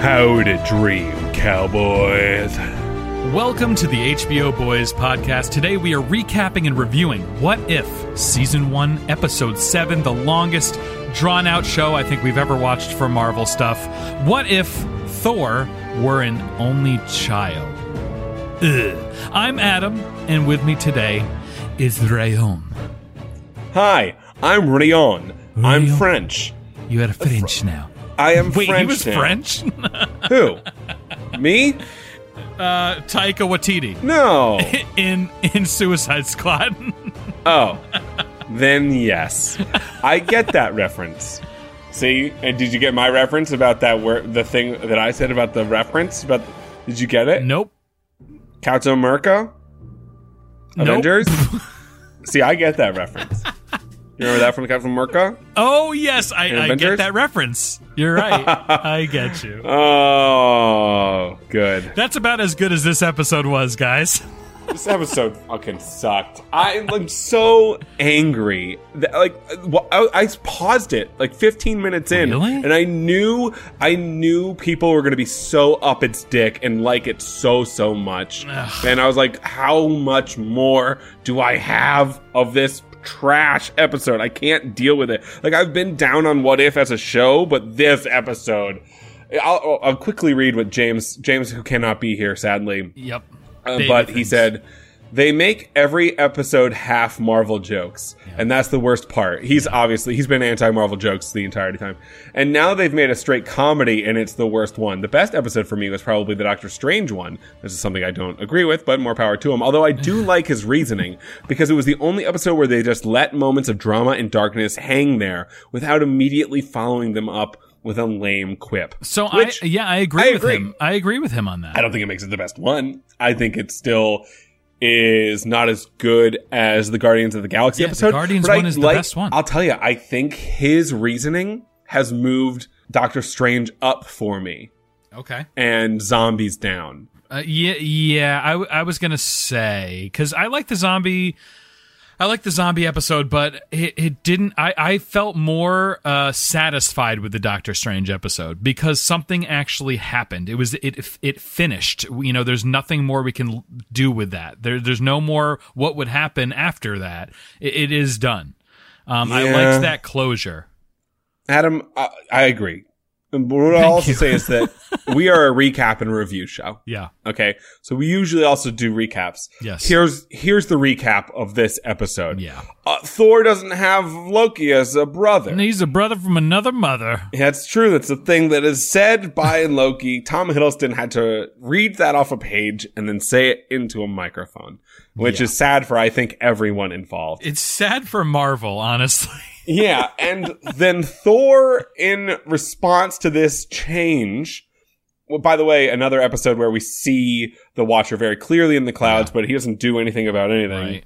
How to dream, cowboys. Welcome to the HBO Boys podcast. Today we are recapping and reviewing What If, Season 1, Episode 7, the longest drawn out show I think we've ever watched for Marvel stuff. What if Thor were an only child? Ugh. I'm Adam, and with me today is Rayon. Hi, I'm Rion. I'm Rion. French. You are French now. I am Wait, French. he was now. French? Who? Me? Uh, Taika Waititi No. in in Suicide Squad. Oh, then yes, I get that reference. See, and did you get my reference about that? Where the thing that I said about the reference? About did you get it? nope. Couto Mirko? Nope. Avengers? See, I get that reference. You remember that from Captain Mirko? Oh yes, I, I Avengers? get that reference. You're right. I get you. Oh, good. That's about as good as this episode was, guys. This episode fucking sucked. I am so angry. That, like, wh- I, I paused it like 15 minutes in, Really? and I knew, I knew people were gonna be so up its dick and like it so so much. And I was like, how much more do I have of this trash episode? I can't deal with it. Like, I've been down on What If as a show, but this episode. I'll, I'll quickly read what James James, who cannot be here sadly, Yep. uh, Baby but he things. said they make every episode half Marvel jokes, and that's the worst part. He's obviously he's been anti-Marvel jokes the entire time, and now they've made a straight comedy, and it's the worst one. The best episode for me was probably the Doctor Strange one. This is something I don't agree with, but more power to him. Although I do like his reasoning because it was the only episode where they just let moments of drama and darkness hang there without immediately following them up with a lame quip. So Which- I yeah, I agree I with agree. him. I agree with him on that. I don't think it makes it the best one. I think it still is not as good as the Guardians of the Galaxy Yeah, the episode. Guardians but I one is the best one. I'll tell you, I think his reasoning has moved Doctor Strange up for me Okay. and zombies down. Uh, yeah, yeah. I, w- I was gonna say because I like the zombie, I like the zombie episode, but it, it didn't. I I felt more uh, satisfied with the Doctor Strange episode because something actually happened. It was it it finished. You know, there's nothing more we can l- do with that. There there's no more what would happen after that. It, it is done. Um, I Yeah. liked that closure. Adam, I, I agree. And what I'll also say is that we are a recap and review show. Yeah. Okay. So we usually also do recaps. Yes. Here's here's the recap of this episode. Yeah. Uh, Thor doesn't have Loki as a brother. And he's a brother from another mother. That's true. That's a thing that is said by Loki. Tom Hiddleston had to read that off a page and then say it into a microphone, which is sad for, I think, everyone involved. It's sad for Marvel, honestly. yeah. And then Thor, in response to this change, well, by the way, another episode where we see the Watcher very clearly in the clouds, but he doesn't do anything about anything. Right.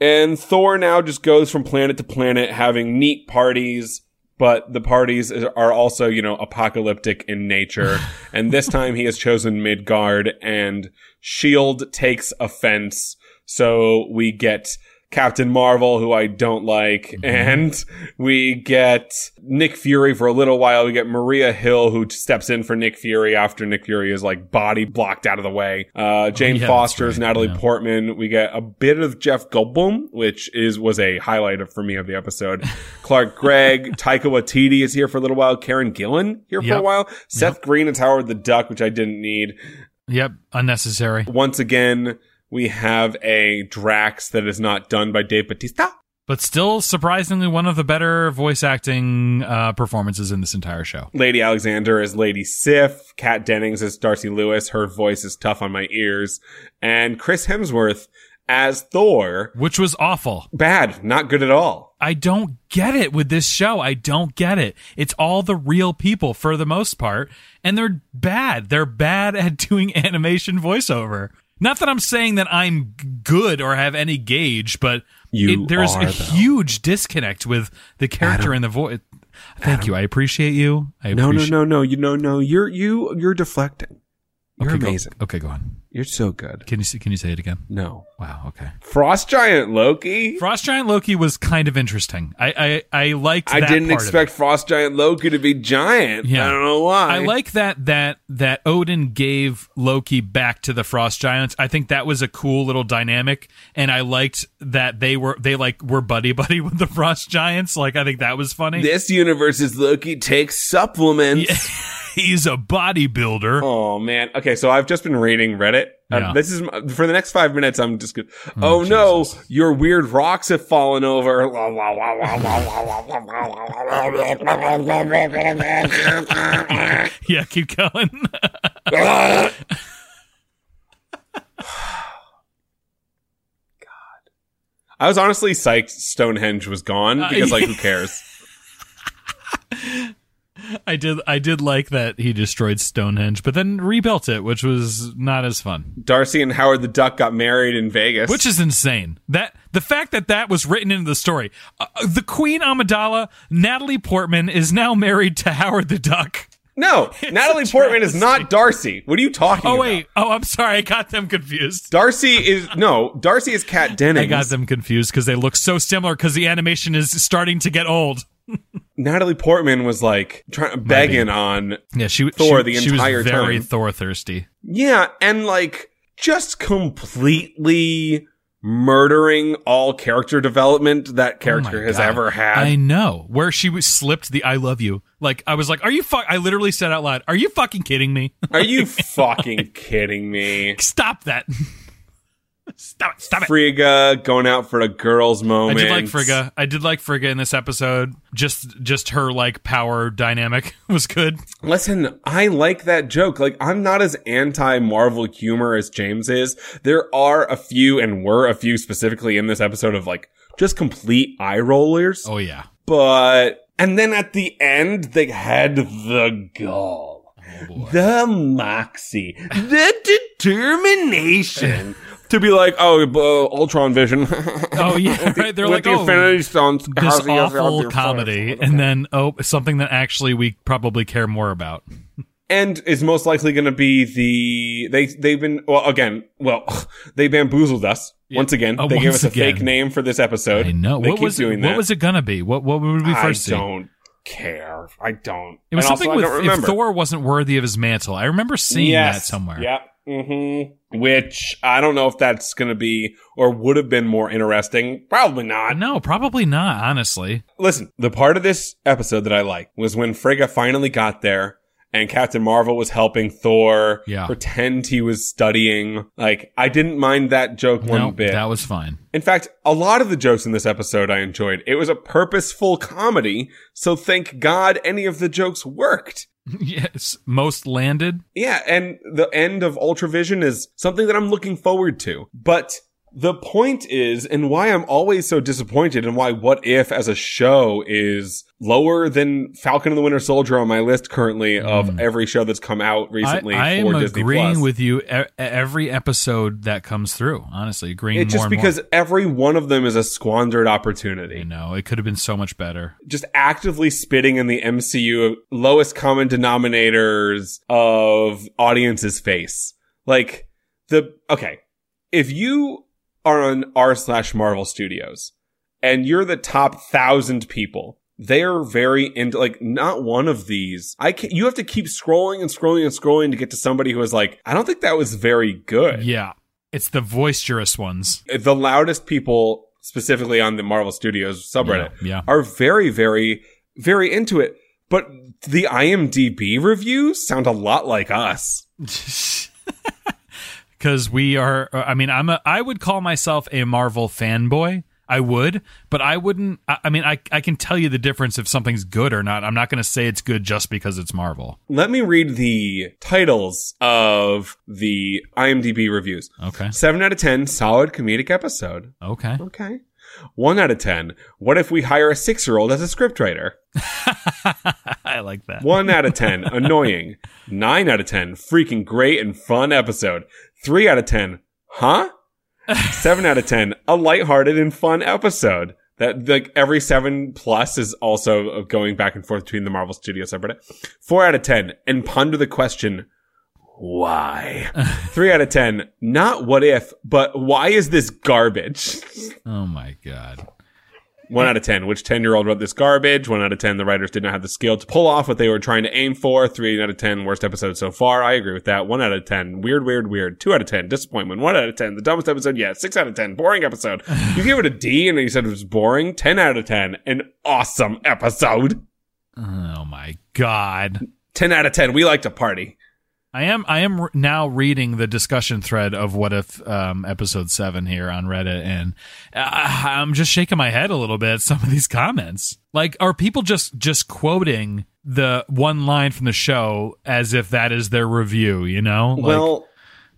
And Thor now just goes from planet to planet having neat parties, but the parties is- are also, you know, apocalyptic in nature. and this time he has chosen E Midgard and S.H.I.E.L.D. takes offense. So we get Captain Marvel, who I don't like, Mm-hmm. and we get Nick Fury for a little while. We get Maria Hill, who steps in for Nick Fury after Nick Fury is like body blocked out of the way. Uh, Jane Oh, yeah, that's Foster's right, Natalie yeah. Portman. We get a bit of Jeff Goldblum, which is was a highlight of, for me of the episode. Clark Gregg, Taika Waititi is here for a little while. Karen Gillan here for a Yep. while. Seth Green and Howard the Duck, which I didn't need. Yep, unnecessary. Once again, we have a Drax that is not done by Dave Batista. But still, surprisingly, one of the better voice acting uh, performances in this entire show. Lady Alexander is Lady Sif. Kat Dennings is Darcy Lewis. Her voice is tough on my ears. And Chris Hemsworth as Thor. Which was awful. Bad. Not good at all. I don't get it with this show. I don't get it. It's all the real people for the most part, and they're bad. They're bad at doing animation voiceover. Not that I'm saying that I'm g- good or have any gauge, but You it, there's are, a though. huge disconnect with the character and the voice. Thank you. I appreciate you. I No, no, appreciate- no, no. You no, no. You're you you're deflecting. You're Okay, go- amazing. okay, go on. You're so good. Can you s- can you say it again? No. Wow. Okay. Frost Giant Loki? Frost Giant Loki was kind of interesting. I I, I liked. I that didn't part of it. expect Frost Giant Loki to be giant. Yeah. I don't know why. I like that that that Odin gave Loki back to the Frost Giants. I think that was a cool little dynamic, and I liked that they were they like were buddy buddy with the Frost Giants. Like I think that was funny. this universe's Loki takes supplements. He's a bodybuilder. Oh man. Okay, so I've just been reading Reddit. Um, Yeah. this is m- for the next five minutes. I'm just gonna. Oh, no, your weird rocks have fallen over. Yeah, keep going. I was honestly psyched Stonehenge was gone Uh, because like who cares? I did I did like that he destroyed Stonehenge, but then rebuilt it, which was not as fun. Darcy and Howard the Duck got married in Vegas. Which is insane. That the fact that that was written into the story. Uh, uh, the Queen Amidala, Natalie Portman is now married to Howard the Duck. no, Natalie Portman is not Darcy. What are you talking? Oh about? wait. Oh, I'm sorry. I got them confused. Darcy is no. Darcy is Kat Dennings. I got them confused because they look so similar. Because the animation is starting to get old. Natalie Portman was like trying begging on Yeah, she Thor she, the she entire was very time. Thor thirsty. Yeah, and like just completely murdering all character development that Oh my character has God. ever had. I know where she was slipped the "I love you." Like I was like, "Are you fuck?" I literally said out loud, "Are you fucking kidding me? Are you fucking kidding me? Stop that! stop it! Stop it!" Frigga going out for a girl's I moment. did like Frigga. I did like Frigga in this episode. Just just her like power dynamic was good. Listen, I like that joke. Like, I'm not as anti Marvel humor as James is. There are a few, and were a few specifically in this episode of like just complete eye rollers. Oh yeah. But, and then at the end, they had the gall, Oh, the moxie, the determination to be like, oh, uh, Ultron Vision. Oh yeah. Right. They're With like the oh, Infinity Stones, this awful comedy, and then oh, something that actually we probably care more about. and is most likely going to be the they they've been well again well they bamboozled us once again Oh, they gave once us a again. fake name for this episode I know. they What keep was doing it, that what was it gonna be? What what would we first I see? don't care I don't It was And also, something I with don't if remember. Thor wasn't worthy of his mantle. I remember seeing that somewhere. Yeah. Mm-hmm. Which I don't know if that's going to be or would have been more interesting. Probably not. No, probably not. Honestly, Listen, the part of this episode that I liked was when Frigga finally got there and Captain Marvel was helping Thor Yeah. pretend he was studying. Like, I didn't mind that joke one no, bit. that was fine. in fact, a lot of the jokes in this episode I enjoyed. It was a purposeful comedy, so thank God any of the jokes worked. yes, most landed. Yeah, and the end of Ultravision is something that I'm looking forward to. But the point is, and why I'm always so disappointed, and why What If as a show is lower than Falcon and the Winter Soldier on my list currently of every show that's come out recently Mm. I, I am for Disney agreeing Plus. with you e- every episode that comes through. Honestly, agreeing it's just more and because more. every one of them is a squandered You opportunity. know, it could have been so much better. Just actively spitting in the MCU lowest common denominators of audience's face. Like the okay, if you are on r slash Marvel Studios and you're the top thousand people. They are very into like not one of these. I can you have to keep scrolling and scrolling and scrolling to get to somebody who is like, I don't think that was very good. Yeah. It's the boisterous ones. The loudest people, specifically on the Marvel Studios subreddit, Yeah, yeah. are very, very, very into it. But the IMDb reviews sound a lot like us. Cuz we are uh, I mean, I'm a I would call myself a Marvel fanboy. I would, but I wouldn't I, I mean, I I can tell you the difference if something's good or not. I'm not going to say it's good just because it's Marvel. Let me read the titles of the IMDb reviews. Okay. Seven out of ten, solid comedic episode. Okay. Okay. One out of ten. What if we hire a six year old as a scriptwriter? I like that. One out of ten. annoying. Nine out of ten. Freaking great and fun episode. Three out of ten. Huh? Seven out of ten. A lighthearted and fun episode. That like every seven plus is also going back and forth between the Marvel Studios subreddit. Four out of ten. And ponder the question. Why? Three out of ten. Not what if, but why is this garbage? Oh my god. One out of ten. Which ten year old wrote this garbage? One out of ten. The writers did not have the skill to pull off what they were trying to aim for. Three out of ten. Worst episode so far. I agree with that. One out of ten. Weird, weird, weird. Two out of ten. Disappointment. One out of ten. The dumbest episode yet. Six out of ten. Boring episode. You gave it a D and then you said it was boring. Ten out of ten. An awesome episode. Oh my god. Ten out of ten. We like to party. I am I am r- now reading the discussion thread of what if um, episode seven here on Reddit, and uh, I'm just shaking my head a little bit. at Some of these comments, like, are people just just quoting the one line from the show as if that is their review? You know, like, well,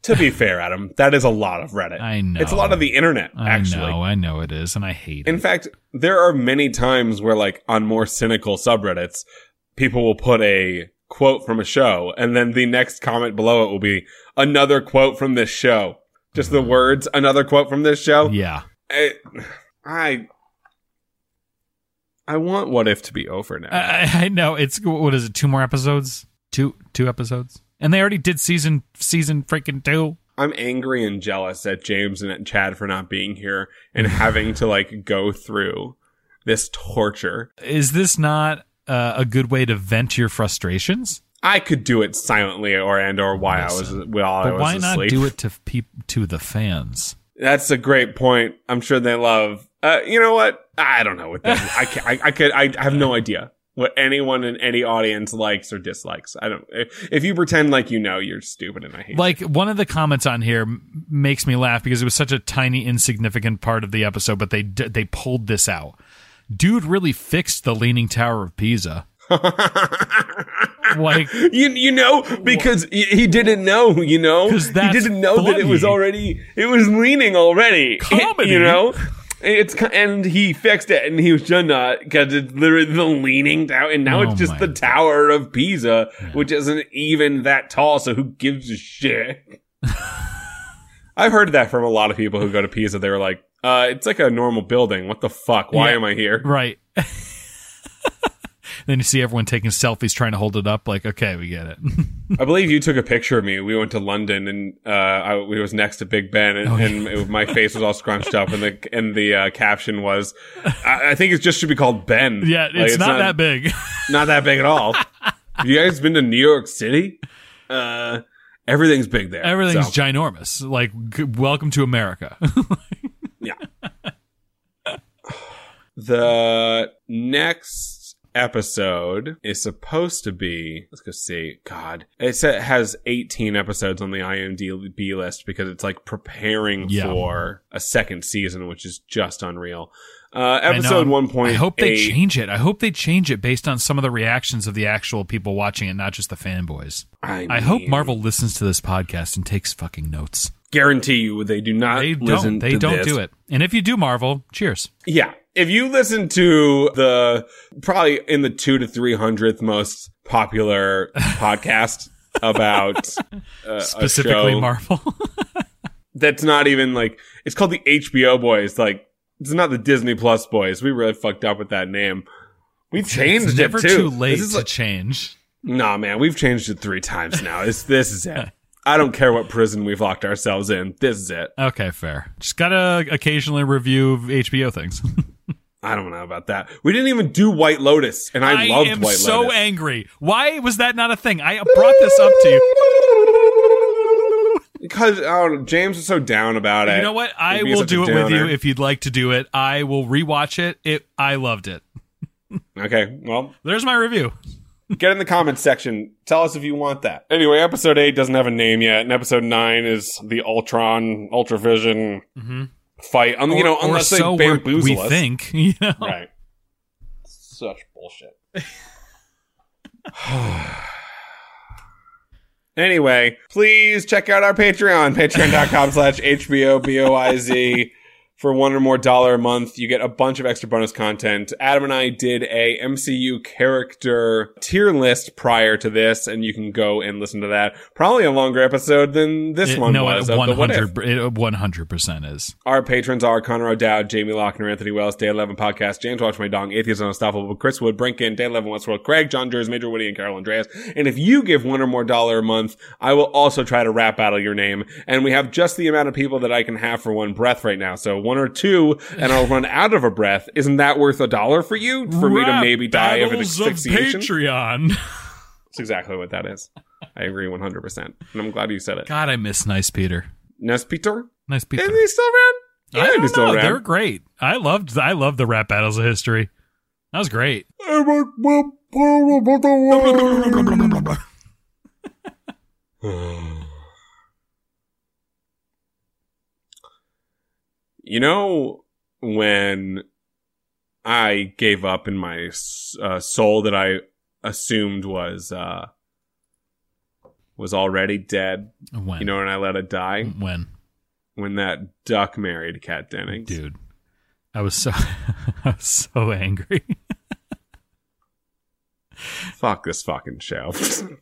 to be fair, Adam, that is a lot of Reddit. I know. It's a lot of the internet. I Actually, know, I know it is, and I hate In it. fact, there are many times where, like, on more cynical subreddits, people will put a quote from a show, and then the next comment below it will be another quote from this show. Just the words, another quote from this show. Yeah, I, I, I want What If to be over now. I, I- I know it's what is it? Two more episodes? Two two episodes? And they already did season season freaking two. I'm angry and jealous at James and at Chad for not being here and having to, like, go through this torture. Is this not uh, a good way to vent your frustrations? I could do it silently or and or while I was while I But was why asleep. not do it to peop- to the fans? That's a great point. I'm sure they love. Uh, you know what? I don't know what that. I, ca- I I could. I have no idea what anyone in any audience likes or dislikes. I don't. If, if you pretend like you know, you're stupid, and I hate. Like one of the comments on here m- makes me laugh because it was such a tiny, insignificant part of the episode, but they d- they pulled this out. Dude really fixed the Leaning Tower of Pisa. Like you you know because he, he didn't know. You know 'Cause he that's didn't know that it was funny. already it was leaning already. Comedy. you know. It's ki- and he fixed it, and he was just not because it's literally the leaning tower, and now Oh it's just my the God. Tower of Pisa, which isn't even that tall. So who gives a shit? I've heard that from a lot of people who go to Pisa. They were like, uh, "It's like a normal building. What the fuck? Why Yeah. am I here?" right. then you see everyone taking selfies trying to hold it up. Like okay, we get it. I believe you took a picture of me. We went to London, and uh, I we was next to Big Ben, Oh, and, and it- my face was all scrunched up, and the and the uh, caption was, I, "I think it just should be called Ben." yeah, it's, Like, not, that big. Not that big at all. Have you guys been to New York City? Uh, everything's big there. Everything's so, ginormous. Like g- welcome to America. yeah. the next episode is supposed to be. Let's go see. God, it sa- has 18 episodes on the IMDb list because it's like preparing Yeah. for a second season, which is just unreal. Uh, I know, episode I'm- one point. I hope they change it. I hope they change it based on some of the reactions of the actual people watching it, not just the fanboys. I, I hope mean, Marvel listens to this podcast and takes fucking notes. guarantee you they do not They listen don't. They to don't this. do it. And if you do, Marvel, cheers. Yeah. If you listen to the probably in the two to three hundredth most popular podcast about uh, Specifically, a show Marvel. that's not even like it's called the HBO Boys. Like it's not the Disney Plus Boys. We really fucked up with that name. We changed it's never it too. too late This is to like, change. nah, man. We've changed it three times now. This this is it. I don't care what prison we've locked ourselves in. This is it. Okay, fair. Just gotta occasionally review HBO things. I don't know about that. We didn't even do White Lotus, and I, loved am White so Lotus. angry. Why was that not a thing? I brought this up to you. because oh, James was so down about it. You know what? I It'd be will such a do it with you downer. if you'd like to do it. I will rewatch it. It. I loved it. okay, well, There's my review. get in the comments section. Tell us if you want that. Anyway, episode eight doesn't have a name yet, and episode nine is the Ultron Ultravision fight. Um, you know, Mm-hmm. Or- or unless so they we're- bamboozle we us, think. You know? right? Such bullshit. anyway, please check out our Patreon, patreon.com slash HBOBOIZ. For one or more dollar a month, you get a bunch of extra bonus content. Adam and I did a MCU character tier list prior to this, and you can go and listen to that. Probably a longer episode than this It- one no, was. it of the what if. 100, it 100% is. Our patrons are Connor O'Dowd, Jamie Lochner, Anthony Wells, Day 11 Podcast, James Watch My Dong, Atheist Unstoppable, Chris Wood, Brinkin, Day 11 Westworld, Craig, John Jers, Major Woody, and Carol Andreas. And if you give one or more dollar a month, I will also try to rap out of your name. And we have just the amount of people that I can have for one breath right now. So one or two, and I'll run out of a breath. Isn't that worth a dollar for you? For me to Rap maybe die of an Battles of asphyxiation? Patreon. That's exactly what that is. I agree 100%. And I'm glad you said it. God, I miss Nice Peter. Ness Peter? Nice Peter. Isn't he still around? Yeah, I don't he's still know. around. They were great. I loved. I loved the rap battles of history. That was great. You know, when I gave up in my uh, soul that I assumed was uh, was already dead, When? you know, and I let it die when, when that duck married Kat Dennings. dude? I was so I was so angry. Fuck this fucking show.